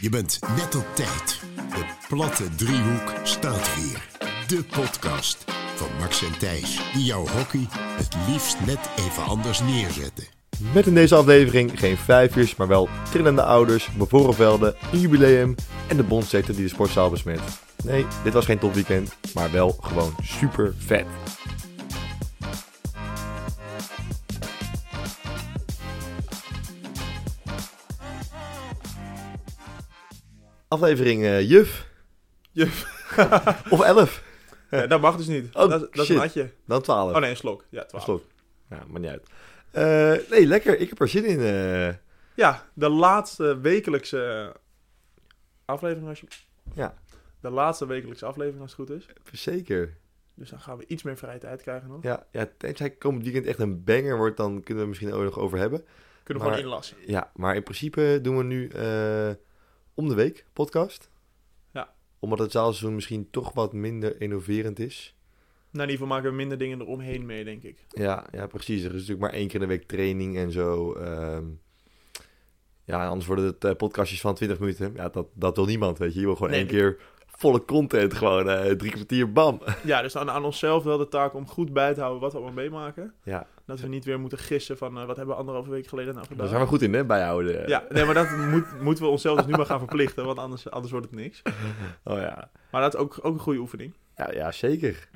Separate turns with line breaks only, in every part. Je bent net op tijd. De platte driehoek staat weer. De podcast van Max en Thijs, die jouw hockey het liefst net even anders neerzetten.
Met in deze aflevering geen vijfjes, maar wel trillende ouders, bevroren velden, een jubileum en de bondsector die de sportzaal besmet. Nee, dit was geen topweekend, maar wel gewoon super vet. Aflevering eh, juf
Juf.
of 11,
Ja, dat mag dus niet.
Oh,
dat, is- dat is
shit.
een atje.
dan 12.
Oh nee, een slok. Ja, 12.
Slot. Ja, maakt niet uit. Eh, nee, lekker. Ik heb er zin in. eh.
Ja, de laatste wekelijkse eh, aflevering als je...
Ja.
De laatste wekelijkse aflevering als het goed is.
zeker.
Dus dan gaan we iets meer vrije tijd krijgen nog.
Ja, ja tenzij komend weekend echt een banger wordt, dan kunnen we het misschien ook nog over hebben.
Kunnen we
Maar-
gewoon inlassen.
Ja, maar in principe doen we nu eh, om de week podcast.
Ja.
Omdat het zaalseizoen misschien toch wat minder innoverend is.
Nou, in ieder geval maken we minder dingen eromheen mee, denk ik.
Ja, ja precies. Er is natuurlijk maar één keer in de week training en zo. ehm. ja, anders worden het eh, podcastjes van 20 minuten. Ja, dat, dat wil niemand, weet je. Je wil gewoon
Nee,
één keer volle content. Gewoon eh, drie kwartier, bam.
Ja, dus aan, aan onszelf wel de taak om goed bij te houden wat we allemaal meemaken.
Ja,
Dat we niet weer moeten gissen van eh, wat hebben we anderhalve week geleden nou
daar
gedaan.
zijn we goed in, hè, bijhouden.
Ja, nee, maar dat moet, moeten we onszelf dus nu maar gaan verplichten, want anders, anders wordt het niks.
Oh ja.
Maar dat is ook, ook een goede oefening.
Ja, ja zeker.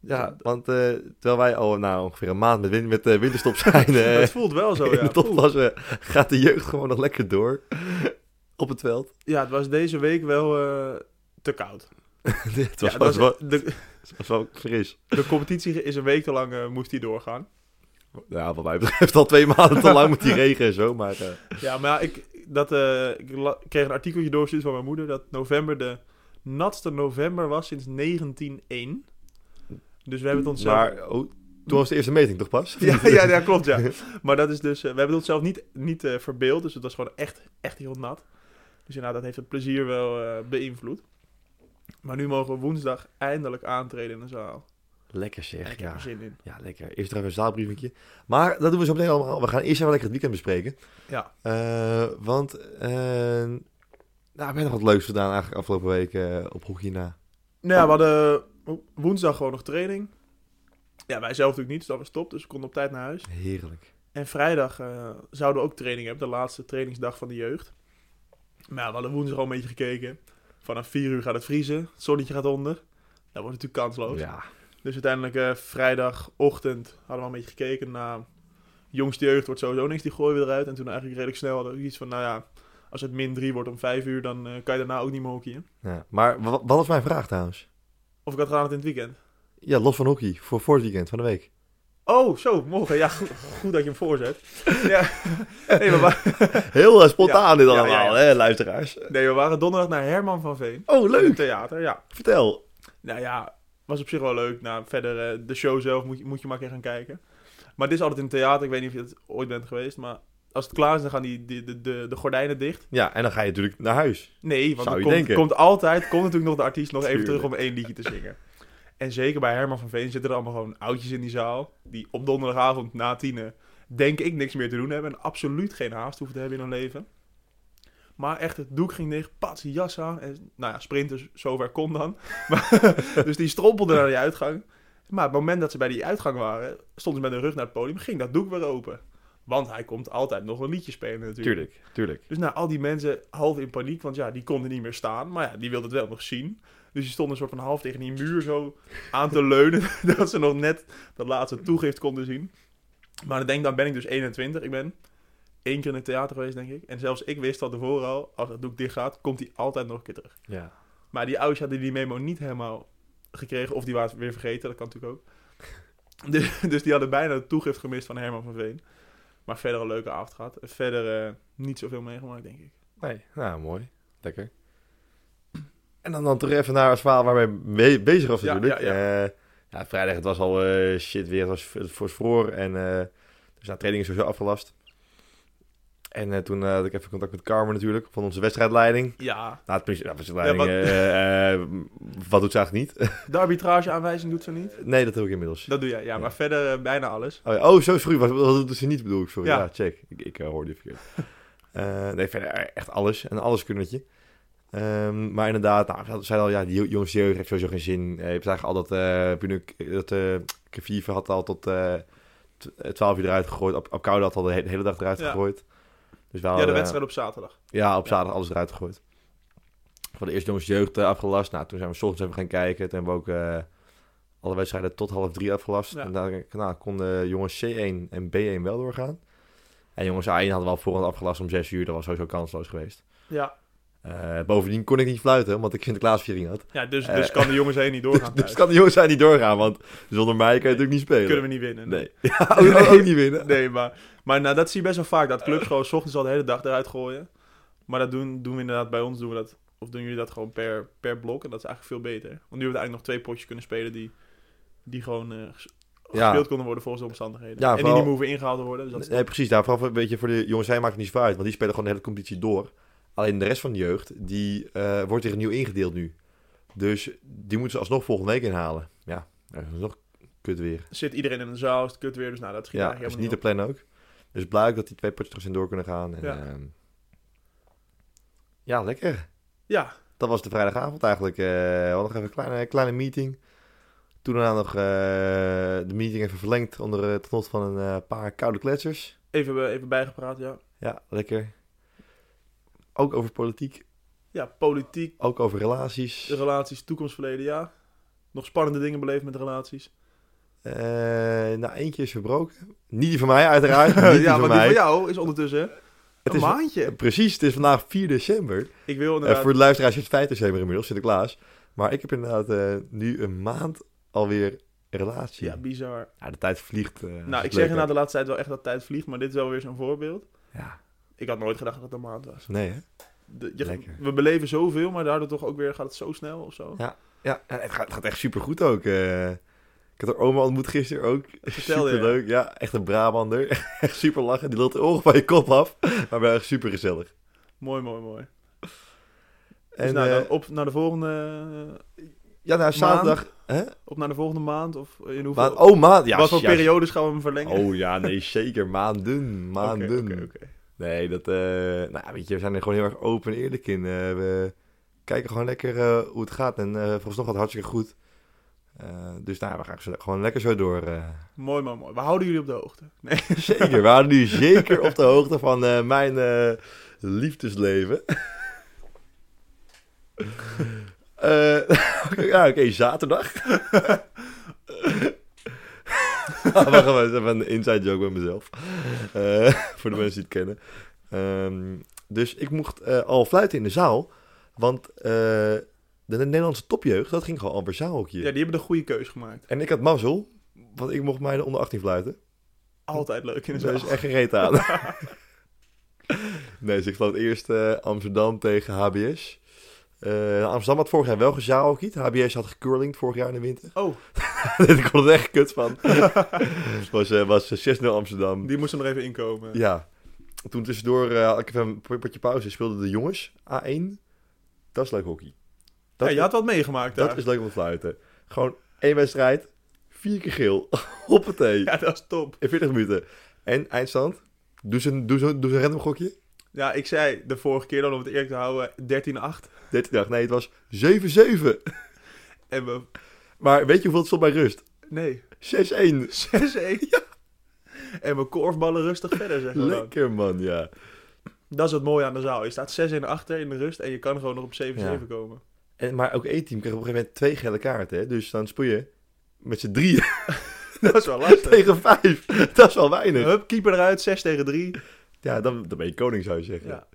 Ja, want eh, terwijl wij al nou, ongeveer een maand met, win- met eh, winterstop zijn eh,
Het voelt wel zo, ja.
in de toplas, eh, gaat de jeugd gewoon nog lekker door op het veld.
Ja, het was deze week wel eh, te koud.
het
Ja,
was,
het
was, wel-
de,
het was wel fris.
de competitie is een week te lang eh, moest die doorgaan.
Ja, wat mij betreft al twee maanden te lang met die regen en zo, maar eh,
Ja, maar ja, ik, dat, eh, ik la- kreeg een artikeltje doorgestuurd van mijn moeder dat november de natste november was sinds 1901. Dus we hebben het onszelf...
maar, oh, toen was de eerste meting toch pas?
Ja, ja, ja, klopt, ja. Maar dat is dus... eh, we hebben het onszelf niet, niet eh, verbeeld, dus het was gewoon echt, echt heel nat. Dus ja, nou, dat heeft het plezier wel eh, beïnvloed. Maar nu mogen we woensdag eindelijk aantreden in de zaal.
Lekker
En
zeg,
ik heb
ja.
er zin in.
Ja, lekker. Eerst trouwens een zaalbriefje. Maar dat doen we zo meteen allemaal. We gaan eerst even lekker het weekend bespreken.
Ja.
Eh, want, eh, nou, we hebben nog wat leuks gedaan eigenlijk afgelopen week eh, op hoekje na.
Nou ja, we hadden woensdag gewoon nog training. Ja, wij zelf natuurlijk niet, dus dat was top. Dus we konden op tijd naar huis.
Heerlijk.
En vrijdag eh, zouden we ook training hebben. De laatste trainingsdag van de jeugd. Maar ja, we hadden woensdag al een beetje gekeken. Vanaf 4 uur gaat het vriezen. Het zonnetje gaat onder. Dat wordt natuurlijk kansloos.
Ja.
Dus uiteindelijk eh, vrijdagochtend hadden we al een beetje gekeken naar... Jongste jeugd wordt sowieso niks, die gooien we eruit. En toen eigenlijk redelijk snel hadden we ook iets van... Nou ja, als het min 3 wordt om 5 uur, dan eh, kan je daarna ook niet meer hockeyen.
ja. Maar wa- wat was mijn vraag trouwens?
Of ik had gedaan het in het weekend.
Ja, los van hockey. Voor, voor het weekend van de week.
Oh, zo, morgen. Ja, goed, goed dat je hem voorzet. Ja. Nee, we, wa-
Heel eh, spontaan dit
Ja, ja,
allemaal,
ja.
hè, luisteraars.
nee, we waren donderdag naar Herman van Veen.
Oh,
In het
leuk.
theater, ja.
Vertel.
Nou ja, was op zich wel leuk. Nou, verder, eh, de show zelf moet je, moet je maar een keer gaan kijken. Maar dit is altijd in het theater. Ik weet niet of je het ooit bent geweest, maar als het klaar is, dan gaan die, die, de, de, de gordijnen dicht.
Ja, en dan ga je natuurlijk naar huis.
Nee, want
Zou
er
je
komt,
denken.
komt altijd, komt natuurlijk nog de artiest nog even terug
Tuurlijk.
om één liedje te zingen. En zeker bij Herman van Veen zitten er allemaal gewoon oudjes in die zaal. Die op donderdagavond na tienen, denk ik, niks meer te doen hebben. En absoluut geen haast hoeven te hebben in hun leven. Maar echt, het doek ging dicht, pats, jas aan. En nou ja, sprinters, zover kon dan. Maar, dus die strompelde naar die uitgang. Maar op het moment dat ze bij die uitgang waren, stonden ze met hun rug naar het podium, ging dat doek weer open. Want hij komt altijd nog een liedje spelen natuurlijk.
Tuurlijk, tuurlijk.
Dus nou, al die mensen half in paniek, want ja, die konden niet meer staan. Maar ja, die wilden het wel nog zien. Dus die stonden een soort van half tegen die muur zo aan te leunen. dat ze nog net dat laatste toegift konden zien. Maar dan denk dan ben ik dus 21. Ik ben één keer in het theater geweest, denk ik. En zelfs ik wist al tevoren al, als dat doek dicht gaat, komt hij altijd nog een keer terug.
Ja.
Maar die ouders hadden die memo niet helemaal gekregen. Of die waren het weer vergeten, dat kan natuurlijk ook. Dus, dus die hadden bijna de toegift gemist van Herman van Veen. Maar verder een leuke avond gehad. Verder eh, niet zoveel meegemaakt, denk ik.
Nee, nou mooi. Lekker. En dan, dan terug even naar het verhaal waar wij mee bezig was
Ja,
natuurlijk.
ja,
Eh, ja, vrijdag, het was al eh, shit weer, het was v- voor vroor en eh, dus na training is sowieso afgelast. En eh, toen eh, had ik even contact met Carmen natuurlijk, van onze wedstrijdleiding.
Ja,
Nou, het principe, ja, wedstrijdleiding, wat...
Ja,
wat doet ze eigenlijk niet?
de arbitrageaanwijzing doet ze niet.
nee, dat heb ik inmiddels.
Dat doe jij, ja, maar verder eh, bijna alles.
Oh, ja. oh, zo vroeg. Wat, wat doet ze niet, bedoel ik. Sorry. Ja,
Ja.
check. Ik, ik eh, hoorde je verkeerd. Eh, nee, verder eh, echt alles. Een alleskunnertje. Ehm, maar inderdaad, nou, ze zeiden al, ja, die jongste jeugd heeft sowieso geen zin. Eh, je zag al dat eh Punuk, dat eh Kefieven had al tot eh, t- eh, 12 uur eruit gegooid. Op, op Koude had al de, he- de hele dag eruit
Ja.
gegooid. Dus we
Ja, de
hadden,
wedstrijd op zaterdag.
ja, op zaterdag alles eruit gegooid. We hadden eerst jongste jeugd eh, afgelast. Nou, toen zijn we 's ochtends even gaan kijken. Toen hebben we ook eh, alle wedstrijden tot half drie afgelast.
Ja.
En dan nou, konden jongens C1 en B1 wel doorgaan. En jongens A1 hadden we al voorhand afgelast om 6 uur. Dat was sowieso kansloos geweest.
Ja,
Eh, bovendien kon ik niet fluiten, omdat ik Sinterklaasviering had.
ja dus, dus kan de jongens heen niet doorgaan.
Eh. Dus
thuis.
kan de jongens zijn niet doorgaan, want zonder mij kan je natuurlijk niet spelen.
Kunnen we niet winnen.
Nee. Ja, ook, ook- ook niet winnen.
Nee, maar, maar nou, dat zie je best wel vaak. Dat clubs gewoon 's ochtends al de hele dag eruit gooien. Maar dat doen, doen we inderdaad bij ons. Doen we dat, of doen jullie dat gewoon per, per blok. En dat is eigenlijk veel beter. Want nu hebben we eigenlijk nog twee potjes kunnen spelen die, die gewoon eh, ges-
Ja.
gespeeld konden worden volgens de omstandigheden.
Ah. Ja,
en die
vooral-
niet meer hoeven ingehaald te worden. Dus dat is-
Nee, precies. Daar vooral voor- weet je, voor de jongens zijn maakt het niet zoveel uit, want die spelen gewoon de hele competitie door. Alleen de rest van de jeugd, die eh, wordt weer nieuw ingedeeld nu. Dus die moeten ze alsnog volgende week inhalen. Ja, dat is nog kut weer.
Zit iedereen in een zaal, is het kut weer. Dus nou, dat schiet
Ja, dat
eigenlijk
is niet de
helemaal
plan ook. Dus blij ook dat die twee potjes terug zijn door kunnen gaan. En,
Ja.
ja. ja, lekker.
niet op. Ja,
Dat was de vrijdagavond eigenlijk. eh, we hadden nog even een kleine, kleine meeting. Toen daarna nog eh, de meeting even verlengd onder eh, het genot van een eh, paar koude kletsers.
even, eh, even bijgepraat, ja.
Ja, lekker. Ook over politiek,
Ja, politiek,
ook over relaties.
de relaties, toekomst, verleden, ja. Nog spannende dingen beleefd met relaties.
Eh, nou, eentje is verbroken. Niet die van mij uiteraard, niet die
Eh, ja,
van
want die
mij.
van jou is ondertussen een
Het is-
maandje.
Precies, het is vandaag 4 december.
Ik wil
Eh,
inderdaad...
voor de luisteraars is het 5 december inmiddels, Sinterklaas. Maar ik heb inderdaad eh, nu een maand alweer een relatie.
Ja,
Ja,
bizar.
de tijd vliegt. eh, als
Nou,
het
ik zeg
leuk
na de laatste tijd wel echt dat tijd vliegt, maar dit is wel weer zo'n voorbeeld.
hebt. Ja,
Ik had nooit gedacht dat het een maand was.
nee hè?
De- je-
Lekker.
we beleven zoveel, maar daardoor toch ook weer gaat het zo snel of zo.
Ja. Ja, ja, het gaat, het gaat echt supergoed ook. eh. ik had haar oma ontmoet gisteren ook.
vertelde je.
Superleuk, ja. Echt een Brabander. Echt super lachen. Die lult de ogen van je kop af. Maar wel echt super gezellig.
Mooi, mooi, mooi.
En
Dus nou,
eh,
dan op naar de volgende,
ja, nou, zaterdag. Hè?
op naar de volgende maand of in hoeveel...
Maand, oh, maand. Ja,
wat voor
juist.
periodes gaan we hem verlengen?
Oh ja, nee, zeker. Maanden.
Oké,
Maanden.
oké, oké.
Nee, dat... eh, nou, weet je, we zijn er gewoon heel erg open en eerlijk in. Eh, we kijken gewoon lekker eh, hoe het gaat. En eh, volgens nog gaat het hartstikke goed. Eh, dus nou, we gaan zo- gewoon lekker zo door. eh.
Mooi, mooi, mooi. We houden jullie op de hoogte. Nee,
Zeker, we waren nu zeker op de hoogte van eh, mijn eh, liefdesleven. Eh, ja, oké, zaterdag. Ah, Wacht even, even een inside joke bij mezelf. Eh, voor de mensen die het kennen. Ehm, dus ik mocht eh, al fluiten in de zaal, want eh, de Nederlandse topjeugd, dat ging gewoon al per zaalhoekje.
ja, die hebben de goede keus gemaakt.
En ik had mazzel, want ik mocht mij de onder 18 fluiten.
Altijd leuk in de
Daar
zaal.
is echt geen reet aan. nee, dus ik geloof eerst eh, Amsterdam tegen HBS. Eh, Amsterdam had vorig jaar wel gezaalkiet. HBS had gecurlingd vorig jaar in de winter.
Oh,
ik kon er echt kut van. Het was, eh, was 6-0 Amsterdam.
die moest er nog even inkomen.
Ja. Toen tussendoor eh, had ik even een potje pauze. Speelden de jongens A1. Dat is leuk hockey. Dat,
Ja, je had wat meegemaakt
dat
daar.
is leuk om te fluiten. Gewoon één wedstrijd. Vier keer geel. Hoppatee.
Ja, dat is top.
In 40 minuten. En eindstand. Doe ze doe ze- doe ze een random gokje.
Ja, ik zei de vorige keer dan om het eerlijk te houden, 13-8.
13 dag. Nee, het was 7-7.
En we...
Maar weet je hoeveel het stond bij rust?
Nee,
6-1.
6-1. En we korfballen rustig verder, zeg maar. dan.
Lekker man, ja.
Dat is het mooie aan de zaal. Je staat 6-1 achter in de rust en je kan gewoon nog op 7-7 komen.
En, maar ook één team kreeg op een gegeven moment twee gele kaarten. Hè? Dus dan speel je met z'n drieën
Dat is wel lastig.
tegen vijf. Dat is wel weinig.
Hup, keeper eruit, 6 tegen 3.
Ja, dan, dan ben je koning zou je zeggen. Ja.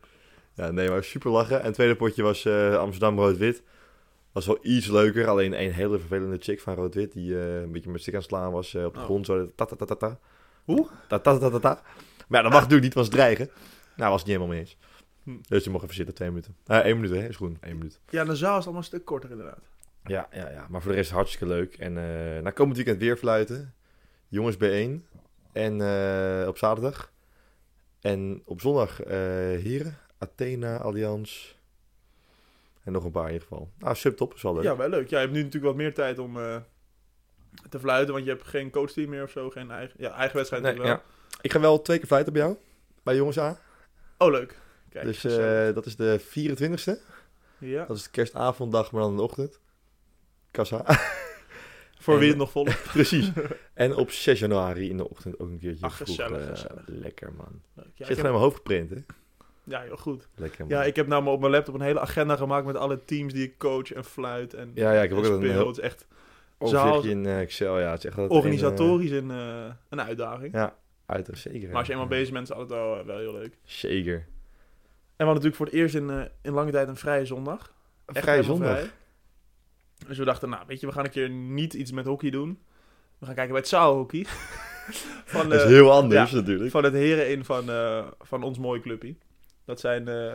Ja.
nee, maar super lachen. En het tweede potje was eh, Amsterdam Rood-Wit. Was wel iets leuker. Alleen één hele vervelende chick van Rood-Wit. Die eh, een beetje met stick aan het slaan was eh, op de
Oh.
grond. Zo, ta ta ta ta ta.
Hoe? Ah.
Ta ta ta ta ta. Maar ja, dat mag natuurlijk niet, want ze dreigen. Nou, was het niet helemaal mee eens.
Hm.
Dus die mocht even zitten, twee minuten. Eh, één minuut, hè? Is goed, één minuut.
Ja, de zaal is allemaal een stuk korter inderdaad.
Ja, ja, ja. Maar voor de rest hartstikke leuk. En eh nou, komend weekend weer fluiten. Jongens B1. En eh, op zaterdag. En op zondag eh Heren. Athena, Allianz. En nog een paar in ieder geval. Ah, subtop is wel leuk.
Ja, wel leuk. Ja, je hebt nu natuurlijk wat meer tijd om eh, te fluiten, want je hebt geen coachteam meer of zo. Geen eigen, ja, eigen wedstrijd
Nee,
natuurlijk
ja. Ik ga wel twee keer fluiten bij jou. Bij jongens A.
wel. Oh, leuk. Kijk,
dus eh,
gezellig.
dat is de 24e.
Ja.
Dat is de kerstavonddag, maar dan in de ochtend. Kassa.
Voor wie
En-
het nog volgt.
Precies. En op 6 januari in de ochtend ook een keertje
Ach,
vroeg.
gezellig,
eh,
gezellig.
lekker, man.
Leuk. Ja,
Zit
ik
gewoon
heb-
in mijn hoofd geprint, hè?
ja, heel goed.
Lekker, man.
Ja, ik heb nou maar op mijn laptop een hele agenda gemaakt met alle teams die ik coach en fluit en,
ja, ja, ik heb
en
ook altijd een
speel.
heel
Het is echt
overzichtje in eh, Excel. Ja, het is echt altijd een,
organisatorisch een, eh, een uitdaging.
Ja, eh, uiterst zeker.
Maar als je
ja.
eenmaal bezig bent, is het altijd wel, eh, wel heel leuk.
Zeker.
En we hadden natuurlijk voor het eerst in, eh, in lange tijd een vrije zondag. Echt
Vrije
helemaal
zondag.
vrij. Dus we dachten, nou weet je, we gaan een keer niet iets met hockey doen. We gaan kijken bij het zaalhockey. van,
Dat
eh,
is heel anders
ja.
natuurlijk.
van het heren in van, eh, van ons mooie clubje. Dat zijn eh,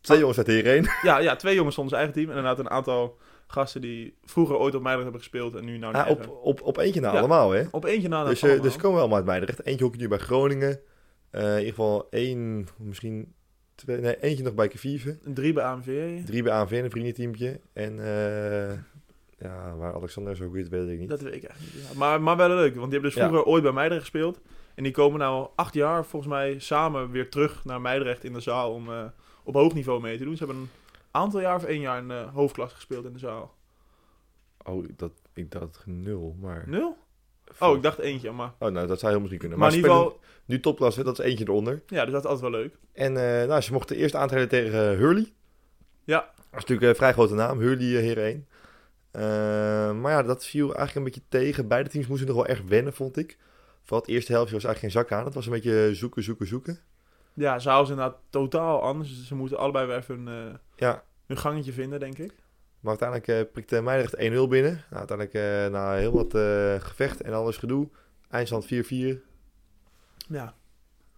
Twee jongens uit hierheen.
ja, ja, twee jongens van ons eigen team. En inderdaad een aantal gasten die vroeger ooit op Meidrecht hebben gespeeld en nu nou niet
Ah, op,
hebben.
op, op eentje na
Ja.
allemaal, hè?
Op eentje na de
Dus, eh, dus komen we allemaal uit Meidrecht. Eentje hockey nu bij Groningen. Eh, in ieder geval één, misschien twee, nee, eentje nog bij Kevieven.
Een drie bij AMV.
Drie bij ANV, een vriendenteamje. En eh, ja, waar Alexander zo goed is, weet ik niet.
Dat weet ik echt niet. Ja, Maar, maar wel leuk, want die hebben dus vroeger ooit bij Meidrecht gespeeld. En die komen nou al acht jaar volgens mij samen weer terug naar Meidrecht in de zaal om eh, op hoog niveau mee te doen. Ze hebben een aantal jaar of één jaar in de hoofdklas gespeeld in de zaal.
Oh, dat, ik dacht nul, maar...
Nul? Oh, ik dacht eentje, maar...
Oh, nou, dat zou heel misschien kunnen.
Maar
Maar,
in
ze
ieder
spelen
geval,
nu topklasse, dat is eentje eronder.
ja, dus dat is altijd wel leuk.
En eh, nou, ze mochten eerst aantreden tegen eh, Hurley.
Ja.
Dat is natuurlijk eh, een vrij grote naam, Hurley eh, Heren 1. Eh, maar ja, dat viel eigenlijk een beetje tegen. Beide teams moesten nog wel echt wennen, vond ik. Vooral het eerste helftje was eigenlijk geen zak aan. Het was een beetje eh, zoeken, zoeken, zoeken.
Ja, zaal is inderdaad totaal anders. Dus Ze moeten allebei weer even een, eh,
Ja,
hun gangetje vinden, denk ik.
maar uiteindelijk eh, prikte Meidrecht 1-0 binnen. Nou, uiteindelijk eh, na heel wat eh, gevecht en alles gedoe. Eindstand 4-4.
Ja,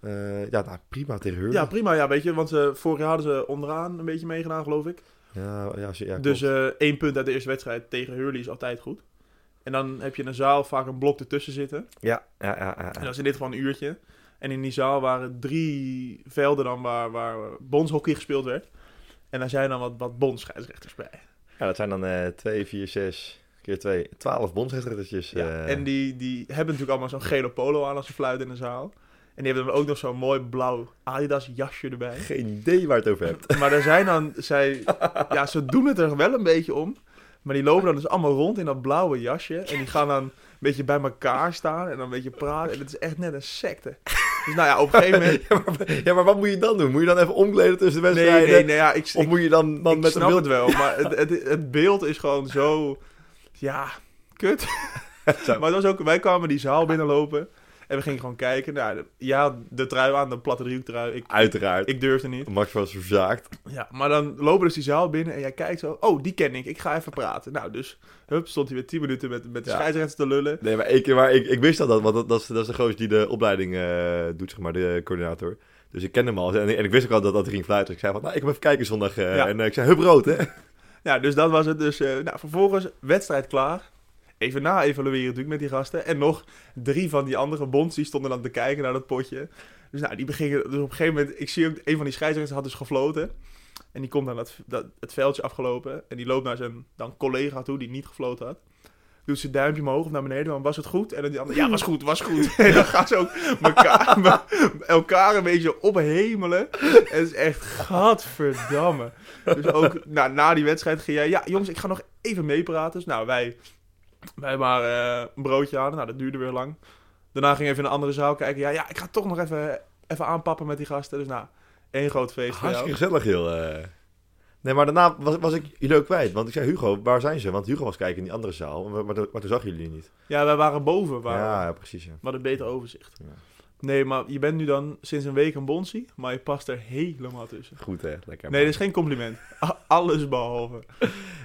Eh, ja, nou, prima tegen Hurley.
ja prima. Ja, weet je, want ze, vorig jaar hadden ze onderaan een beetje meegedaan, geloof ik.
ja, ja, ze- ja,
Dus
klopt.
eh, één punt uit de eerste wedstrijd tegen Hurley is altijd goed. En dan heb je in een zaal vaak een blok ertussen zitten.
ja, ja, ja, ja,
En
ja.
dat is in dit gewoon een uurtje. En in die zaal waren drie velden dan waar, waar bondshockey gespeeld werd. En daar zijn dan wat, wat bondsscheidsrechters bij.
Ja, dat zijn dan eh 2, 4, 6 keer 2, 12 bondsrechtertjes.
Ja. En die, die hebben natuurlijk allemaal zo'n gele polo aan als ze fluiten in de zaal. En die hebben dan ook nog zo'n mooi blauw Adidas jasje erbij.
Geen idee waar je het over hebt.
Maar er zijn dan, zij, ja, ze doen het er wel een beetje om. Maar die lopen dan dus allemaal rond in dat blauwe jasje. En die gaan dan een beetje bij elkaar staan en dan een beetje praten. En het is echt net een secte. Dus nou ja, op een gegeven moment...
ja, maar, ja, maar wat moet je dan doen? Moet je dan even omkleden tussen de
Nee,
wedstrijden?
nee, nee, ja, ik,
Of
ik,
moet je dan, dan
ik
met een
snap
beeld...
het wel. Maar het, het, het beeld is gewoon zo... Ja, kut.
Zo.
Maar het was ook, wij kwamen die zaal binnenlopen en we gingen gewoon kijken. Nou, de- ja, had de trui aan, de platte driehoek trui. Ik,
Uiteraard.
ik durfde niet.
Max was verzaakt.
Ja, maar dan lopen dus die zaal binnen en jij kijkt zo... Oh, die ken ik, ik ga even praten. Nou, dus hup, stond hij weer 10 minuten met, met de
Ja.
scheidsrechter te lullen.
Nee, maar, ik, maar ik, ik wist al dat, want dat, dat, is, dat is de goos die de opleiding eh, doet, zeg maar, de coördinator. Dus ik kende hem al. En, en ik wist ook al dat dat ging fluiten. Dus ik zei van, nou, ik kom even kijken zondag. eh,
Ja.
En eh, ik zei, hup rood, hè?
Ja, dus dat was het. Dus eh, nou, vervolgens wedstrijd klaar. Even na-evalueren natuurlijk met die gasten. En nog drie van die andere bonds die stonden dan te kijken naar dat potje. Dus nou, die begingen... Dus op een gegeven moment... Ik zie ook... Een van die scheidsrechters had dus gefloten. En die komt dan dat, dat, het veldje afgelopen. En die loopt naar zijn dan collega toe die niet gefloten had. Doet zijn duimpje omhoog of naar beneden. Van, was het goed? En dan die andere... Ja, was goed, was goed. En dan gaan ze ook elkaar, elkaar een beetje ophemelen. En het is echt... Gadverdamme. Dus ook nou, na die wedstrijd ging jij... Ja, jongens, ik ga nog even meepraten. Dus nou, wij, wij maar eh, een broodje halen. Nou, dat duurde weer lang. Daarna ging even in een andere zaal kijken. Ja, ja ik ga toch nog even, even aanpappen met die gasten. Dus nou, één groot feest voor jou.
Hartstikke gezellig, heel. eh. Nee, maar daarna was, was ik jullie ook kwijt. Want ik zei, Hugo, waar zijn ze? Want Hugo was kijken in die andere zaal. Maar, maar, toen- maar toen zag jullie niet.
Ja, wij waren boven. Waar,
Ja, ja, precies. Ja.
We hadden beter overzicht.
Ja.
Nee, maar je bent nu dan sinds een week een bonsie, maar je past er helemaal tussen.
Goed, hè? Lekker.
Nee, dat is geen compliment. A- Alles behalve.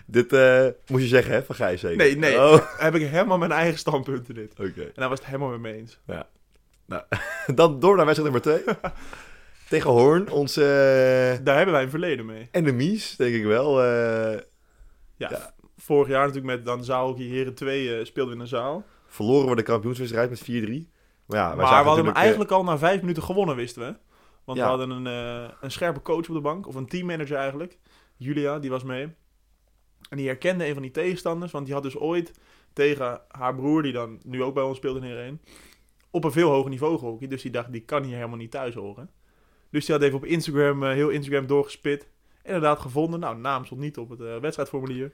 Dit eh, moest je zeggen, hè? Van Gijs zeker?
Nee, nee.
Oh, oké.
Heb ik helemaal mijn eigen standpunten dit. En daar was het helemaal mee eens.
Dan door naar wedstrijd nummer 2. Tegen Hoorn, onze eh,
Daar hebben wij een verleden mee.
enemies, denk ik wel. eh, Ja.
Ja, v- vorig jaar natuurlijk met dan Zaalhockey Heren 2 eh, speelden we in een zaal.
verloren we de kampioenswedstrijd met 4-3. Maar ja, wij
maar we
zagen
hadden hem
natuurlijk, eh,
eigenlijk al na vijf minuten gewonnen, wisten we. Want
Ja.
we hadden een, eh, een scherpe coach op de bank, of een teammanager eigenlijk. Julia, die was mee. En die herkende een van die tegenstanders, want die had dus ooit tegen haar broer, die dan nu ook bij ons speelt in Heren, op een veel hoger niveau gehockeyd. Dus die dacht, die kan hier helemaal niet thuis horen. Dus die had even op Instagram, eh, heel Instagram doorgespit. Inderdaad gevonden. Nou, naam stond niet op het eh, wedstrijdformulier.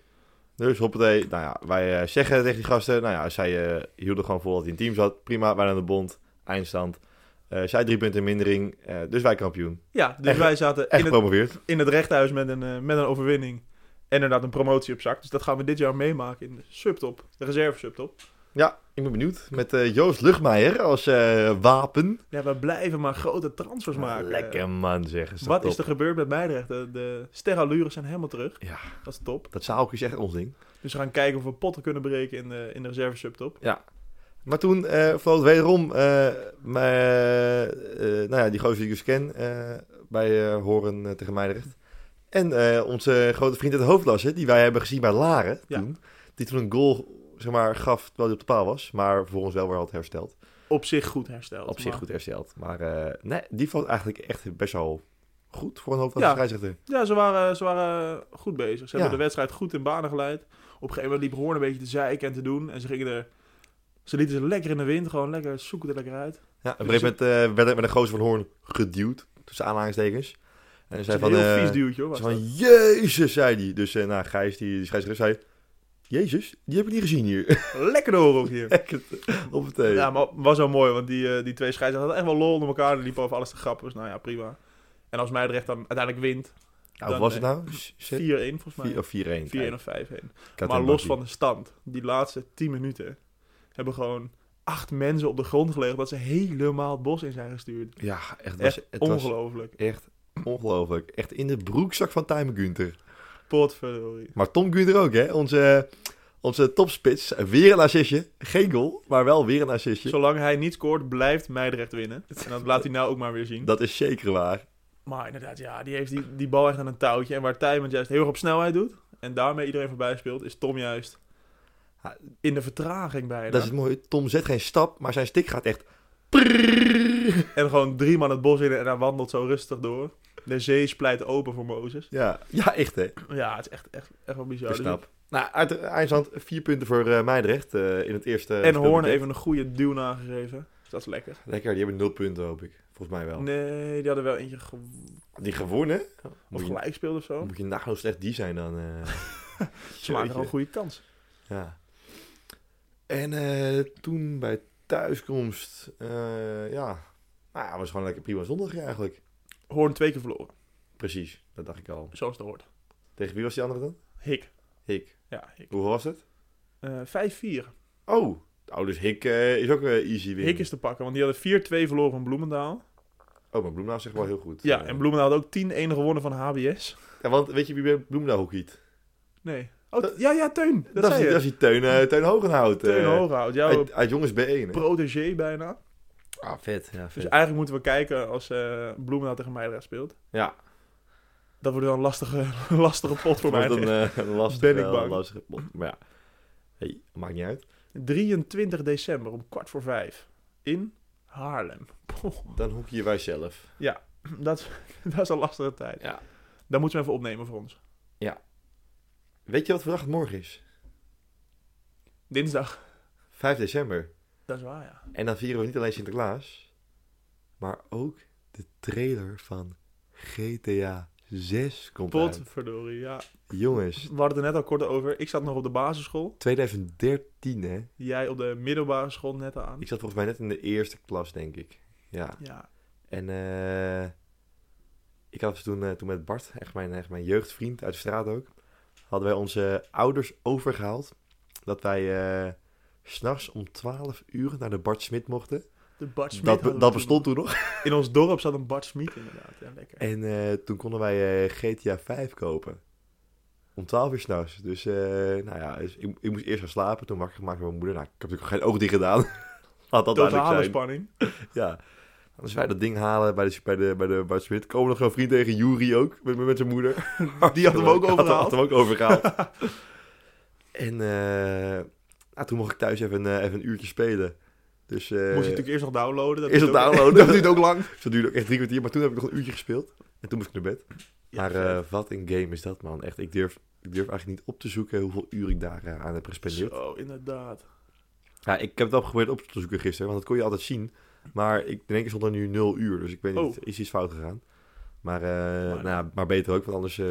Dus hoppatee, nou ja, wij eh, zeggen tegen die gasten, nou ja, zij eh, hielden gewoon vol dat hij in het team zat. Prima, wij naar de bond, eindstand. Eh, zij drie punten in mindering, eh, dus wij kampioen.
Ja, dus
Echt-
wij zaten
Echt
in het,
gepromoveerd.
in het rechthuis met een, eh, met een overwinning. En inderdaad een promotie op zak. Dus dat gaan we dit jaar meemaken in de subtop. De reserve subtop.
Ja, ik ben benieuwd. Met eh, Joost Luchtmeijer als eh, wapen.
Ja, we blijven maar grote transfers maken.
Lekker man zeggen ze.
eh, Wat is er gebeurd met Meidrecht? De, de sterallures zijn helemaal terug.
Ja.
Dat is top.
Dat zaaltje is echt ons ding.
Dus we gaan kijken of we potten kunnen breken in de, in de reserve subtop.
Maar toen eh vloot wederom eh, maar, eh, eh, nou ja, die gozer die ik dus ken eh, bij eh Horen eh, tegen Meidrecht. En eh, onze grote vriend uit de hoofdklasse, die wij hebben gezien bij Laren
Ja.
toen. Die toen een goal zeg maar, gaf terwijl hij op de paal was. Maar vervolgens wel weer had hersteld.
Op zich goed hersteld.
Op zich
maar-
goed hersteld. Maar eh, nee, die vloot eigenlijk echt best wel goed voor een hoofdklasse
Ja.
scheidsrechter.
Ja, ze waren, ze waren goed bezig. Ze
Ja.
hebben de wedstrijd goed in banen geleid. Op een gegeven moment liep Hoorn een beetje te zeiken en te doen. En ze gingen er... Ze lieten ze lekker in de wind. Gewoon lekker zoeken er lekker uit.
Ja, op een
Dus
gegeven moment eh, werd hij met een gozer van Hoorn geduwd. Tussen aanhalingstekens. En
Dat
zei
is
van...
een heel
eh,
vies duwtje hoor. was
Zo van, jezus, zei hij. Dus eh nou, Gijs, die, die scheidsrechter, zei... Jezus, die heb ik niet gezien hier.
dat. Lekker door ook hier.
Op het eh,
ja, maar was wel mooi. Want die, eh, die twee scheidsrechters hadden echt wel lol onder elkaar. Die liepen over alles te grappen. Dus nou ja, prima. En als Meidrecht dan uiteindelijk wint...
nou, wat
dan,
was het
eh,
nou? 4
4-1 volgens mij.
of 4-1.
4-1
oh, Kijk,
of 5-1.
ik had
Maar
hem
los
ook
van
niet.
de stand, die laatste 10 minuten hebben gewoon acht mensen op de grond gelegen dat ze helemaal het bos in zijn gestuurd.
Ja, echt, het was,
Echt
het was
ongelooflijk.
echt ongelooflijk. Echt in de broekzak van Time Gunther.
Potverdorie.
Maar Tom Gunther ook, hè. Onze, onze topspits. Weer een assistje. Geen goal, maar wel weer een assistje.
Zolang hij niet scoort, blijft Meidrecht winnen. En dat laat hij nou ook maar weer zien.
Dat is zeker waar.
Maar inderdaad, ja, die heeft die, die bal echt aan een touwtje. En waar Tijmen het juist heel erg op snelheid doet, en daarmee iedereen voorbij speelt, is Tom juist
Ja,
in de vertraging bijna.
Dat is mooi. Tom zet geen stap, maar zijn stick gaat echt...
En gewoon drie man het bos in en hij wandelt zo rustig door. De zee splijt open voor Mozes.
Ja, ja echt, hè.
Ja, het is echt, echt, echt wel bizar.
Dat is
Dus
knap. Nou, uit eindstand vier punten voor eh Meidrecht eh, in het eerste.
En
speeltijd.
Hoorn even een goede duw nagegeven. Dus dat is lekker.
Lekker, die hebben nul punten, hoop ik. Volgens mij wel.
Nee, die hadden wel eentje ge-
Die gewonnen.
of
Moet je,
gelijk speelde of zo.
moet je nagaan hoe slecht die zijn dan. eh.
Ze maakten gewoon
Jeetje.
een goede kans.
Ja. En eh, toen bij thuiskomst, eh, ja. Nou ja, was gewoon lekker prima zondagje eigenlijk.
Hoorn twee keer verloren,
Precies, dat dacht ik al.
zoals het hoort.
Tegen wie was die andere dan?
Hik.
Hik.
Ja, Hik.
Hoeveel was het?
Eh, 5-4.
Oh, nou, dus Hik eh, is ook eh, easy win.
Hik is te pakken, want die hadden 4-2 verloren van Bloemendaal.
Oh, maar Bloemendaal zegt wel heel goed.
Ja,
Eh,
en Bloemendaal had ook 10-1 gewonnen van HBS.
ja, want weet je wie bij Bloemendaal hoekiet?
Nee. Oh,
Dat-
ja, ja, Teun. Dat,
Dat, is,
zei
die-
je.
dat is die Teun, eh, teun Hogenhout. eh,
Teun Hooghout, jouw
uit, uit jongens B1. hè?
protégé bijna.
Ah, vet. Ja,
Dus eigenlijk moeten we kijken als eh Bloemendaal tegen Meidrecht speelt.
Ja.
Dat wordt wel een lastige, lastige pot voor mij.
Wordt een, eh, een lastig,
Ben ik
eh,
bang.
lastig plot. Maar ja, hey, maakt niet uit.
23 december om kwart voor vijf in Haarlem. Poh,
Dan hoek je wij zelf.
dat, dat is een lastige tijd.
Ja.
Dat moeten we even opnemen voor ons.
Weet je wat voor dag het morgen is?
Dinsdag.
5 december.
Dat is waar, ja.
En dan vieren we niet alleen Sinterklaas, maar ook de trailer van GTA 6 komt uit.
Potverdorie, ja.
Jongens,
We hadden het er net al kort over. Ik zat nog op de basisschool.
2013 hè?
Jij op de middelbare school net aan.
Ik zat volgens mij net in de eerste klas, denk ik. Ja.
Ja.
En eh, ik had toen, eh, toen met Bart, echt mijn, echt mijn jeugdvriend uit de straat ook, hadden wij onze ouders overgehaald dat wij eh, s s'nachts om 12 uur naar de Bart Smit mochten.
De Bart Smit.
Dat,
hadden
be-
we
dat
toen
bestond toen nog.
nog. In ons dorp zat een Bart Smit inderdaad. Ja, lekker.
En eh, toen konden wij eh, GTA 5 kopen. Om 12 uur s'nachts. Dus eh, nou ja, dus ik, ik moest eerst gaan slapen. Toen wakker gemaakt door mijn moeder. Nou, ik heb natuurlijk geen oog dicht gedaan. Had dat duidelijk
Totale
zijn.
spanning.
Ja. Als wij dat ding halen bij de, bij de, bij de Bart Smit, komen we nog zo'n vriend tegen, Juri ook, met, met zijn moeder.
Die had hem ook
Had-
overgehaald.
Had hem ook overgehaald. en eh, nou, toen mocht ik thuis even, eh, even een uurtje spelen. Dus eh,
Moest je natuurlijk eerst nog downloaden. Dat
Is
duurt
het
ook-
downloaden?
dat duurt ook lang.
dus dat duurde ook echt drie kwartier, maar toen heb ik nog een uurtje gespeeld. En toen moest ik naar bed.
Ja,
maar
vet.
eh, wat een game is dat, man. Echt, ik durf, ik durf eigenlijk niet op te zoeken hoeveel uur ik daar eh, aan heb gespendeerd.
Zo, inderdaad.
Ja, ik heb het al geprobeerd op te zoeken gisteren, want dat kon je altijd zien. Maar ik denk, ik stond er nu 0 uur, dus ik weet niet,
Oh.
is iets fout gegaan. Maar, eh,
Maar-
nou ja, maar beter ook, want anders eh,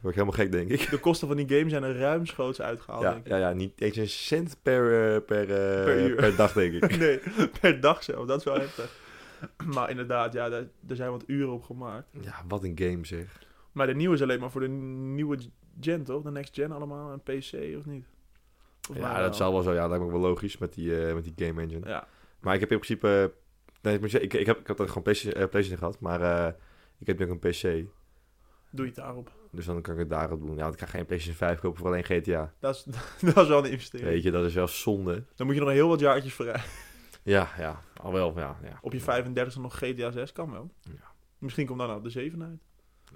word ik helemaal gek, denk ik.
De kosten van die game zijn er ruimschoots uitgehaald,
Ja,
Oh, denk ik.
ja, ja, niet eens een cent per, eh, per, eh,
Per uur.
per dag, denk ik.
Nee, per dag zelf. Dat is wel heftig. Maar inderdaad, ja, daar, daar zijn wat uren op gemaakt.
Ja, wat een game zeg.
Maar de nieuwe is alleen maar voor de nieuwe gen, toch? De next gen allemaal. En PC, of niet? Of
Ja,
waren
dat
wel-
zal wel zo. Ja, dat lijkt me ook wel logisch met die, eh, met die game engine.
Ja,
Maar ik heb in principe... eh, nee, ik, moet zeggen, ik, ik, heb, ik had er gewoon PlayStation, eh, PlayStation gehad, maar eh, ik heb nu ook een PC.
doe je het daarop.
Dus dan kan ik het daarop doen. Ja, want ik ga geen PlayStation 5 kopen voor alleen GTA.
Dat is, dat is wel een investering.
Weet je, dat is wel zonde.
Dan moet je nog heel wat jaartjes vooruit.
Ja, ja. Al wel, ja. ja.
Op je 35e nog GTA 6 kan wel.
Ja.
Misschien komt dan nou de 7 uit.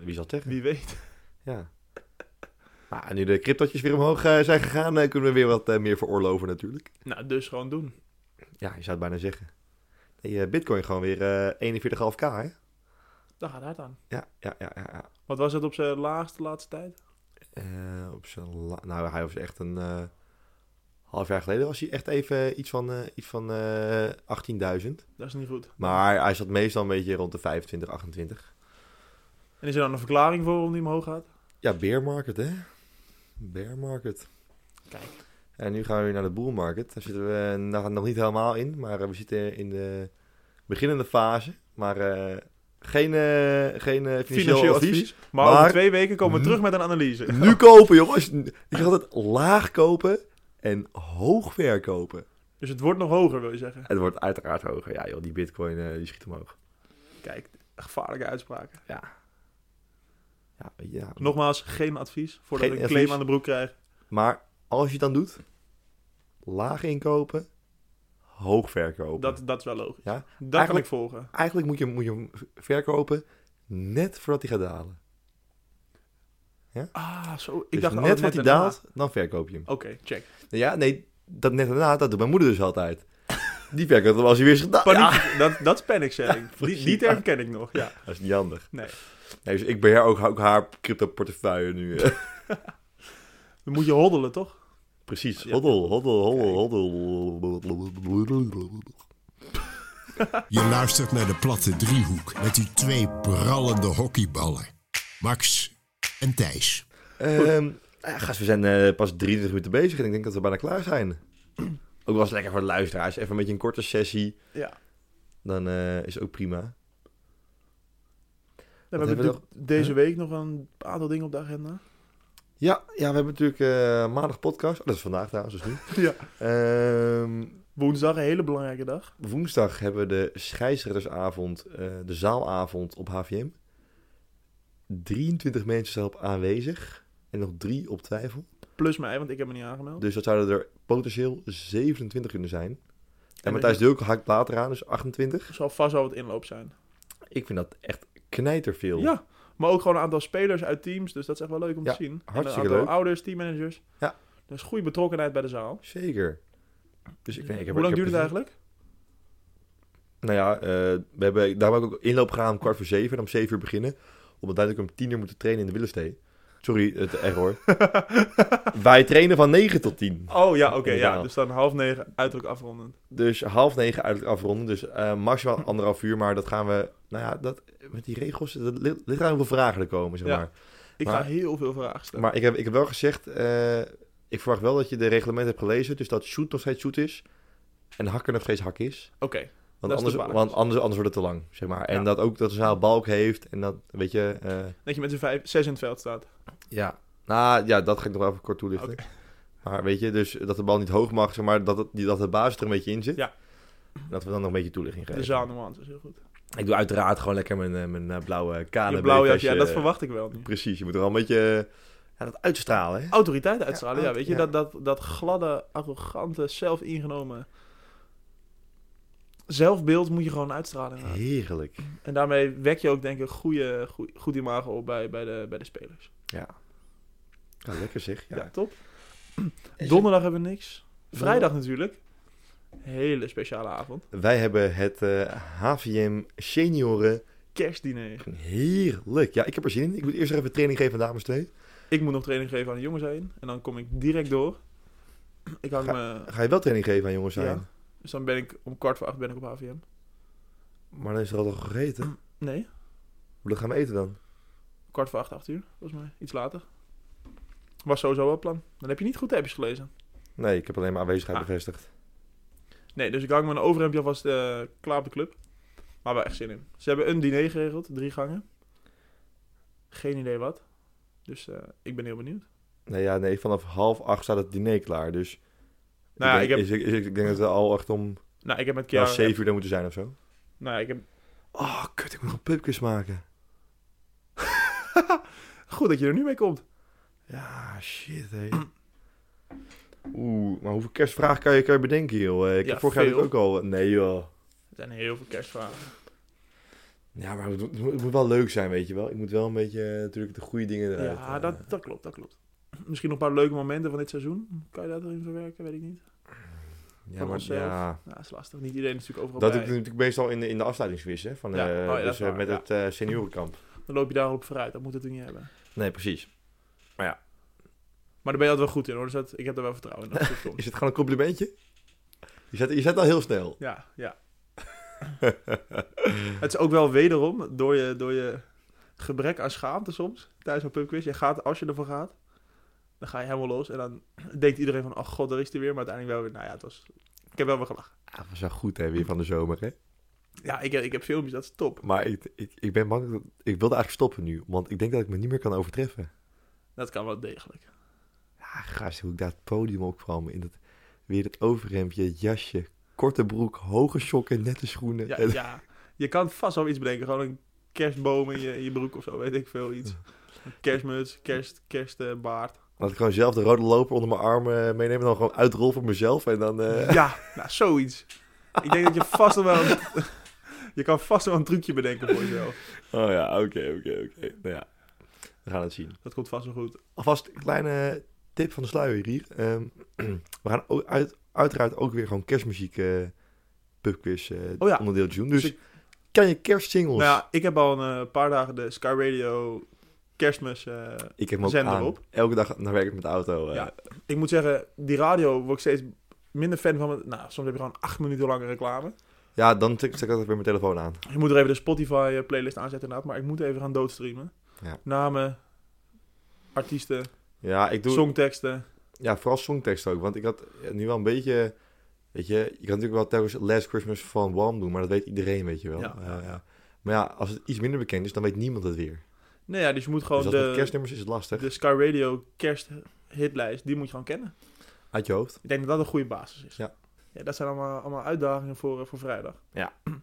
Wie zal het zeggen?
Wie weet.
Ja. Nou, en nu de cryptotjes weer omhoog eh, zijn gegaan, eh, kunnen we weer wat eh, meer veroorloven natuurlijk.
Nou, dus gewoon doen.
Ja, je zou het bijna zeggen. Nee, eh, bitcoin gewoon weer eh 41,5k, hè?
Daar gaat hard aan.
Ja, ja, ja, ja. ja.
Wat was het op zijn laagste laatste tijd?
Eh, op zijn la- nou, hij was echt een... eh, half jaar geleden was hij echt even iets van, eh, iets van eh 18.000.
Dat is niet goed.
Maar hij zat meestal een beetje rond de 25, 28.
En is er dan een verklaring voor waarom die omhoog gaat?
Ja, bear market, hè? Bear market.
Kijk.
En nu gaan we weer naar de bull market. Daar zitten we eh, nog- nog niet helemaal in, maar eh, we zitten in de beginnende fase. Maar eh, geen, eh, geen eh, financieel, advies.
Maar,
Maar- Mhm.
over twee weken komen we
Nu-
terug met een analyse.
Nu kopen, jongens. Je gaat het laag kopen en hoog verkopen.
Dus het wordt nog hoger, wil je zeggen.
Het wordt uiteraard hoger. Ja joh, die bitcoin eh, die schiet omhoog.
Kijk, gevaarlijke uitspraken.
Ja, ja.
Nogmaals, geen advies voordat
Geen
ik een claim
advies.
aan de broek krijg.
Maar als je het dan doet, laag inkopen, hoog verkopen.
Dat, dat is wel logisch.
eh, Ja,
Dat kan
eigenlijk-
ik volgen.
Eigenlijk moet je, moet je hem verkopen net voordat hij gaat dalen.
Ah, zo. Ik
Dus
dacht oh,
net wat hij
daarna.
daalt, dan verkoop je hem.
Oké, check.
Nou Ja, nee, dat net daarna, dat doet mijn moeder dus altijd. Die verkoopt hem als hij weer is gedaan.
Paniek,
Ja,
dat, dat is panic selling. die, die
precies.
term ken ik nog, ja.
dat is niet handig.
Nee.
Nee, dus ik beheer ook, ook haar crypto portefeuille nu. eh.
Dan moet je hoddelen, toch?
Precies,
Ja.
hoddel, hoddel, hoddel, hoddel.
Je luistert naar de platte driehoek met uw twee prallende hockeyballen. Max en Thijs.
Ehm, ja, gast, we zijn eh, pas 23 minuten bezig en ik denk dat we bijna klaar zijn. Ook wel eens lekker voor de luisteraars. Even een beetje een korte sessie,
Ja.
dan eh, is ook prima. Wat
Dan hebben we
hebben we
natuurlijk deze week nog een aantal dingen op de agenda.
Ja, ja we hebben natuurlijk eh, maandag podcast. Oh, dat is vandaag trouwens, dus nu.
Ja.
Ehm,
Woensdag, een hele belangrijke dag.
Woensdag hebben we de scheidsrechtersavond, eh, de zaalavond op HVM. 23 mensen zijn op aanwezig en nog drie op twijfel.
Plus mij, want ik heb me niet aangemeld.
Dus dat zouden er potentieel 27 kunnen zijn. En
En
Matthijs
ik-
Dulk haakt later aan, dus 28.
Er zal vast wel wat inloop zijn.
Ik vind dat echt knijterveel.
Ja, maar ook gewoon een aantal spelers uit teams. Dus dat is echt wel leuk om
Ja,
te zien. en een
hartstikke
aantal
leuk.
ouders, teammanagers.
Ja.
Dus goede betrokkenheid bij de zaal.
Zeker. Dus ik, nee, ik heb,
Hoe lang
ik heb-
duurt het eigenlijk?
Nou ja, eh, we hebben daar ook inloop gegaan om kwart voor zeven en om zeven uur beginnen. Omdat wij natuurlijk om tien uur moeten trainen in de Willestee. Sorry, het error. wij trainen van 9 tot 10.
Oh ja, oké. ja.
Inderdaad.
Dus dan half negen, uiterlijk afrondend.
Dus half negen uiterlijk afronden. Dus eh, maximaal anderhalf uur. Maar dat gaan we. Nou ja, dat, met die regels. Dat ligt ligt aan hoeveel vragen er komen. Zeg
Ja.
maar.
Ik
Maar-
ga heel veel vragen stellen.
maar ik heb, ik heb wel gezegd. eh, ik verwacht wel dat je de reglementen hebt gelezen. Dus dat shoot nog steeds shoot is. En hakker nog steeds hak is.
Oké,
Want,
Dat is
anders,
de basis.
want anders, anders wordt het te lang. Zeg maar. En
Ja.
dat ook dat de zaal balk heeft. En dat, weet je. eh,
dat je met z'n vijf, zes in het veld staat.
ja. Nou ja, dat ga ik nog wel even kort toelichten. Maar weet je, dus dat de bal niet hoog mag. Zeg maar dat, het, die- dat de basis er een beetje in zit.
Ja.
Dat we dan nog een beetje toelichting geven.
De zaal nuance is heel goed.
Ik doe uiteraard gewoon lekker mijn, eh, mijn eh, blauwe KNB.
Je blauw jasje, ja, dat verwacht ik wel nu.
Precies, je moet er al een beetje eh, ja, dat uitstralen. Hè?
Autoriteit uitstralen,
Ja,
ja,
aut-
weet je.
ja.
Dat, dat, dat gladde, arrogante, zelfingenomen zelfbeeld moet je gewoon uitstralen. inderdaad.
Heerlijk.
En daarmee wek je ook, denk ik, een goede, goe- goed imago op bij, bij, de, bij de spelers.
Ja. Ja, lekker zeg.
Ja,
Ja.
top.
En
Donderdag hebben we niks. Vrijdag natuurlijk. Hele speciale avond.
Wij hebben het eh, HVM Senioren.
Kerstdiner.
Heerlijk. Ja, ik heb er zin in. Ik moet eerst nog even training geven aan dames 2.
Ik moet nog training geven aan de jongens heen. En dan kom ik direct door. Ik hang
Ga-
me...
Ga je wel training geven aan jongens zijn?
Ja. Dus dan ben ik om kwart voor acht ben ik op HVM.
Maar dan is er al toch gegeten?
Nee.
Hoe laat gaan we eten dan?
Kwart voor acht, acht uur, volgens mij. Iets later. Was sowieso wel het plan. Dan heb je niet goed de appjes gelezen.
Nee, ik heb alleen maar aanwezigheid
Ah.
bevestigd.
Nee, dus ik hang mijn overhemdje alvast eh, klaar op de club. Maar wel echt zin in. Ze hebben een diner geregeld, drie gangen. Geen idee wat. Dus eh, ik ben heel benieuwd.
Nee, ja, nee, vanaf half acht staat het diner klaar. Dus
Nou ja,
ik,
ik
denk,
heb,
is- ik, is- ik denk dat we al echt om
nou, ik heb met
ja,
Kiara...
zeven uur daar moeten zijn of zo.
Nou, ja, ik heb...
Oh, kut, ik moet nog pubquiz maken.
Goed dat je er nu mee komt.
Ja, shit, hé. Oeh, maar hoeveel kerstvraag kan je, kan je bedenken, joh? Eh, Ik
Ja,
heb vorig jaar dit
veel.
ook al... Nee, joh.
Er zijn heel veel kerstvragen.
Ja, maar het, moet- het moet- het moet wel leuk zijn, weet je wel. Ik moet wel een beetje eh, natuurlijk de goede dingen eruit...
ja,
eh,
dat, dat klopt, dat klopt. Misschien nog een paar leuke momenten van dit seizoen. Kan je dat erin verwerken? Weet ik niet.
ja,
van
maar,
onszelf.
ja,
Nou, dat is lastig. Niet iedereen is natuurlijk overal
Dat doe
bij.
ik natuurlijk meestal in de, in de afsluitingsquiz, hè? Van,
Ja,
eh,
oh ja, dat
dus
is
eh,
waar,
met
ja.
het eh, seniorenkamp.
Dan loop je daar al op vooruit. Dat moet het natuurlijk niet hebben.
Nee, precies.
Maar daar ben je altijd wel goed in hoor. Dus dat, ik heb er wel vertrouwen in dat het goed komt.
Is het gewoon een complimentje? Je zet, je zet al heel snel.
Ja, ja. het is ook wel wederom, door je, door je gebrek aan schaamte soms, tijdens een pubquiz, je gaat, als je ervoor gaat, dan ga je helemaal los. En dan denkt iedereen van, oh god, daar is hij weer. Maar uiteindelijk wel weer, nou ja, het was... Ik heb wel weer gelachen.
Ja, was wel Ah, goed, hè, weer van de zomer, hè?
Ja, ik, ik heb filmpjes, dat is top.
Maar ik, ik, ik ben bang, dat, ik wilde eigenlijk stoppen nu, want ik denk dat ik me niet meer kan overtreffen.
Dat kan wel degelijk.
Ja, gast, hoe ik daar het podium op kwam, in dat, weer het overhemdje, het jasje, korte broek, hoge sokken, nette schoenen.
Ja,
En-
ja. Je kan vast wel iets bedenken. Gewoon een kerstboom in je, in je broek of zo, weet ik veel, iets. Een kerstmuts, kerst, kerstbaard.
Dat ik gewoon zelf de rode loper onder mijn arm eh, meeneem en dan gewoon uitrol voor mezelf en dan... eh,
Ja, nou, zoiets. Ik denk dat je vast nog wel... een- Je kan vast nog wel een trucje bedenken voor jezelf.
Oh ja, oké, oké, oké. Nou ja, we gaan het zien.
Dat komt vast wel goed.
Alvast een kleine tip van de sluier hier. Ehm, we gaan ook uit, uiteraard ook weer gewoon kerstmuziek eh pubquiz eh
Oh ja.
onderdeeltje doen. Dus,
Dus ik-
kan je kerstsingles...
Nou ja, ik heb al een eh, paar dagen de Sky Radio kerstmis... eh,
ik heb hem ook
zender
aan.
op.
Elke dag naar werk ik met de auto. eh.
Ja. ik moet zeggen, die radio word ik steeds minder fan van. want, Nou, soms heb je gewoon acht minuten lange reclame.
ja, dan tik- stek ik altijd weer mijn telefoon aan.
Je moet er even de Spotify eh, playlist aanzetten inderdaad. Maar ik moet even gaan doodstreamen.
Ja.
Namen, artiesten,
Ja, ik doe...
songteksten.
Ja, vooral songtekst ook. Want ik had eh, nu wel een beetje... Weet je, je kan natuurlijk wel telkens Last Christmas van Wham doen, maar dat weet iedereen, weet je wel.
Ja,
Eh,
ja, ja.
Maar ja, als het iets minder bekend is, dan weet niemand het weer.
Nee, ja, dus je moet
Dus
gewoon
als met
de,
kerstnummers is het lastig.
de Sky Radio kersthitlijst, die moet je gewoon kennen.
Uit je hoofd.
Ik denk dat dat een goede basis is.
Ja.
Ja, dat zijn allemaal, allemaal uitdagingen voor, eh, voor vrijdag.
Ja.
En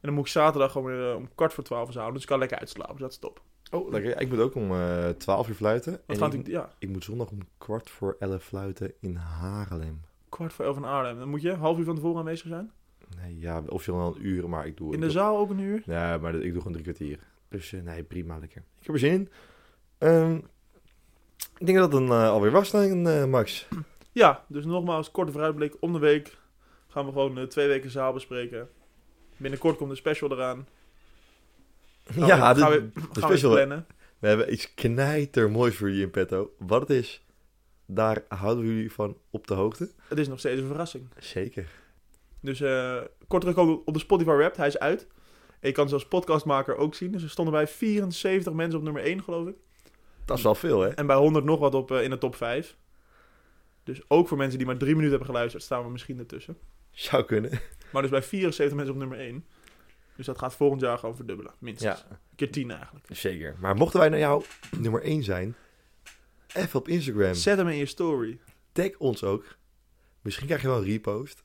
dan moet ik zaterdag gewoon weer eh, om kwart voor twaalf zouden. Dus ik kan lekker uitslapen. Dus dat is top.
Oh, lekker. Ik moet ook om eh 12 uur fluiten.
Dat
En
gaat
ik,
natuurlijk, ja,
ik moet zondag om kwart voor 11 fluiten in Haarlem.
kwart voor elf in Arnhem. Dan moet je half uur van tevoren aanwezig zijn.
Nee, ja, officieel wel een uur, maar ik doe...
In
ik
de
doe-
zaal ook een uur.
Ja, maar dat- ik doe gewoon drie kwartier. Dus eh, nee, prima, lekker. Ik heb er zin in. Ehm, ik denk dat het dan eh, alweer was, dan, eh, Max.
Ja, dus nogmaals, korte vooruitblik. Om de week gaan we gewoon eh, twee weken zaal bespreken. Binnenkort komt de special eraan. Gaan
ja,
we,
dit-
gaan we,
de
gaan we
special.
plannen.
We hebben iets knijter moois voor jullie in petto. Wat het is, daar houden we jullie van op de hoogte.
Het is nog steeds een verrassing.
Zeker.
Dus eh, kort terug ook op de Spotify Wrapped. Hij is uit. En je kan ze als podcastmaker ook zien. Dus er stonden bij 74 mensen op nummer 1, geloof ik.
Dat is wel veel, hè?
En bij 100 nog wat op eh, in de top 5. Dus ook voor mensen die maar drie minuten hebben geluisterd, staan we misschien ertussen.
Zou kunnen.
Maar dus bij 74 mensen op nummer 1. Dus dat gaat volgend jaar gewoon verdubbelen, minstens. Keer 10 eigenlijk.
Zeker. Maar mochten wij nou jouw nummer 1 zijn, even op Instagram.
Zet hem in je story.
Tag ons ook. Misschien krijg je wel een repost.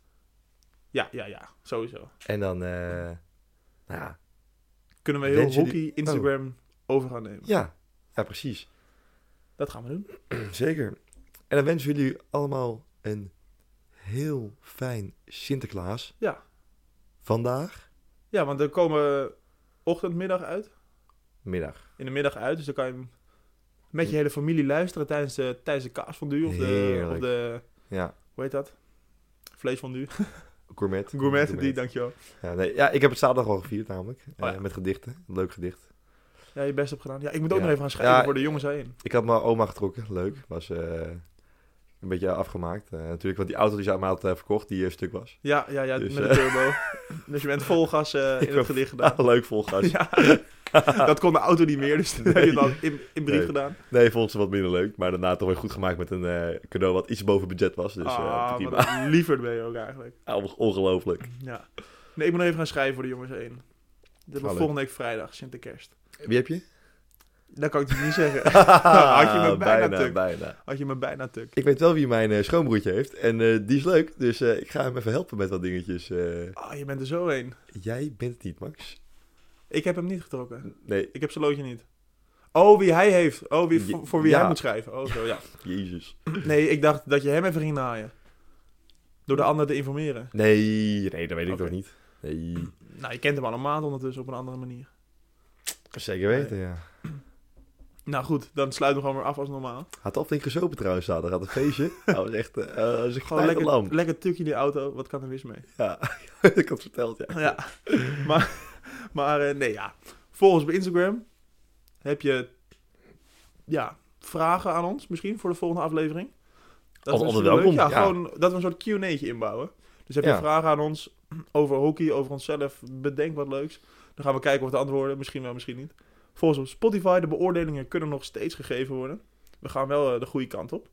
Ja, ja, ja. Sowieso.
En dan, eh, nou ja.
Kunnen we heel
Wens je die-
hockey Instagram over gaan nemen.
ja, ja, precies.
Dat gaan we doen.
Zeker. En dan wensen we jullie allemaal een heel fijn Sinterklaas.
Ja.
Vandaag,
Ja, want er komen ochtend, middag uit.
middag.
in de middag uit. Dus dan kan je hem met je hele familie luisteren tijdens de, tijdens de kaasfondue of de,
Heerlijk.
of de...
Ja,
Hoe heet dat? Vleesfondue.
gourmet.
Gourmet, die, dankjewel.
Ja, nee, ja, ik heb het zaterdag al gevierd namelijk. eh,
ja.
Met gedichten. Leuk gedicht.
Ja, je best hebt gedaan. Ja, ik moet ook
Ja.
nog even gaan schrijven
Ja.
voor de jongens heen.
Ik had mijn oma getrokken, leuk. Was eh, een beetje afgemaakt. Eh, natuurlijk, want die auto die ze aan mij had eh, verkocht, die eh, stuk was.
Ja, ja, ja,
Dus,
met
eh,
de turbo. dus je bent vol gas eh,
Ik
in
ben-
het gedicht gedaan.
leuk vol gas.
Ja. dat kon de auto niet meer, dus dat heb je dan in, in brief
Nee.
gedaan.
Nee, vond ze wat minder leuk. Maar daarna toch weer goed gemaakt met een eh, cadeau wat iets boven budget was. Dus eh,
ah,
prima.
wat een lieverd ben je ook eigenlijk.
Ongelooflijk.
Ja. Nee, ik moet nog even gaan schrijven voor de jongens heen. Dat
Hallo.
wordt volgende week vrijdag, Sinterkerst.
Wie heb je?
Dat kan ik dus niet zeggen. had je me bijna,
bijna,
tuk.
bijna.
Had je me bijna tuk.
Ik weet wel wie mijn eh, schoonbroertje heeft. En eh, die is leuk. Dus eh, ik ga hem even helpen met wat dingetjes. eh.
Ah, je bent er zo heen.
jij bent het niet, Max.
Ik heb hem niet getrokken.
Nee,
Ik heb zijn loodje niet. Oh, wie hij heeft. Oh, wie,
Je-
voor, voor wie
ja.
hij moet schrijven. Oh, zo, ja.
jezus.
Nee, ik dacht dat je hem even ging naaien. Door de ander te informeren.
Nee, nee, dat weet ik
Oké.
toch niet. Nee,
Nou, je kent hem al een maand ondertussen op een andere manier.
zeker weten, ja.
Nou goed, dan sluiten we gewoon weer af als normaal.
Had al flink gezopen trouwens zaterdag. Had een feestje. Dat was echt eh, dat was een
Gewoon
kleine
lekker,
lamp.
lekker tukje in die auto. Wat kan er mis mee?
Ja, ik had het verteld, ja.
Ja, maar, maar eh, nee, ja. Volg ons op Instagram. Heb je ja, vragen aan ons misschien voor de volgende aflevering?
Al-
is
altijd
leuk.
welkom,
Ja,
ja.
gewoon dat we een soort Q&A'tje inbouwen. Dus heb je
Ja.
vragen aan ons over hockey, over onszelf, bedenk wat leuks. Dan gaan we kijken of we het antwoorden, misschien wel, misschien niet. Volgens op Spotify, de beoordelingen kunnen nog steeds gegeven worden. We gaan wel eh, de goede kant op.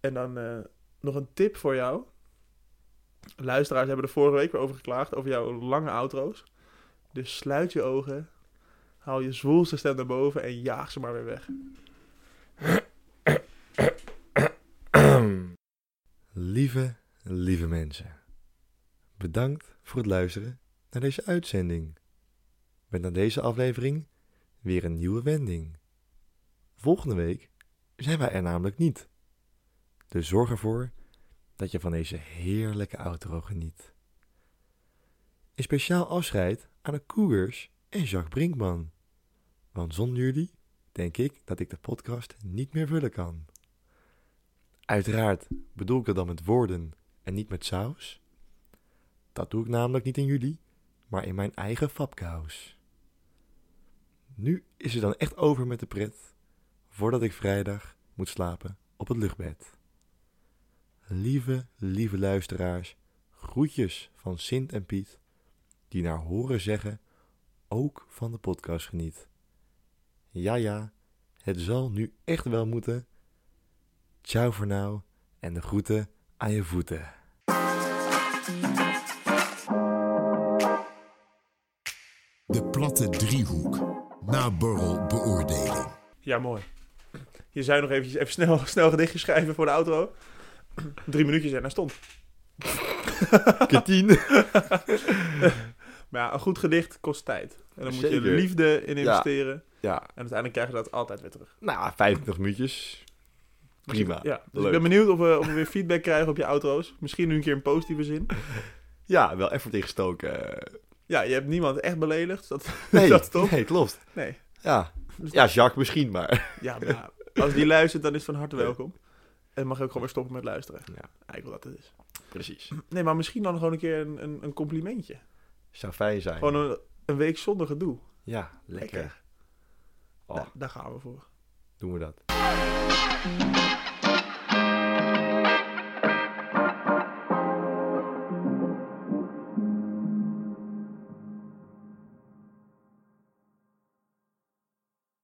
En dan eh, nog een tip voor jou. Luisteraars hebben er vorige week weer over geklaagd, over jouw lange outro's. Dus sluit je ogen, haal je zwoelste stem naar boven en jaag ze maar weer weg.
Lieve, lieve mensen. Bedankt voor het luisteren naar deze uitzending. Met na deze aflevering weer een nieuwe wending. Volgende week zijn wij er namelijk niet. Dus zorg ervoor dat je van deze heerlijke outro geniet. Een speciaal afscheid aan de Cougars en Jacques Brinkman. Want zonder jullie denk ik dat ik de podcast niet meer vullen kan. Uiteraard bedoel ik dat dan met woorden en niet met saus? Dat doe ik namelijk niet in jullie, maar in mijn eigen fabkous. Nu is het dan echt over met de pret, voordat ik vrijdag moet slapen op het luchtbed. Lieve, lieve luisteraars, groetjes van Sint en Piet, die naar horen zeggen ook van de podcast geniet. Ja, ja, het zal nu echt wel moeten. Ciao voor nou en de groeten aan je voeten.
De platte driehoek. Naborrel beoordeling.
Ja, mooi. Je zou nog eventjes even snel, snel gedichtje schrijven voor de outro. Drie minuutjes en daar stond.
Katien.
Maar ja, een goed gedicht kost tijd. En dan moet je
Zeker.
liefde in
Ja.
investeren.
Ja,
En uiteindelijk krijg je dat altijd weer terug.
nou, 25 minuutjes. Prima.
Ja, dus ik
leuk.
ben benieuwd of we, of we weer feedback krijgen op je outro's. Misschien nu een keer in positieve zin.
Ja, wel effort ingestoken.
Ja, je hebt niemand echt beledigd. Dat,
Nee,
dat is toch?
nee klopt. Dus
Nee.
Ja. ja, Jacques misschien, maar...
Ja, maar als die luistert, dan is van harte welkom. En mag je ook gewoon weer stoppen met luisteren.
Ja.
Eigenlijk wat dat is.
Precies.
Nee, maar misschien dan gewoon een keer een, een, een complimentje.
Zou fijn zijn.
Gewoon een, een week zonder gedoe.
Ja, lekker.
Lekker.
Oh,
Nou, daar gaan we voor.
doen we dat.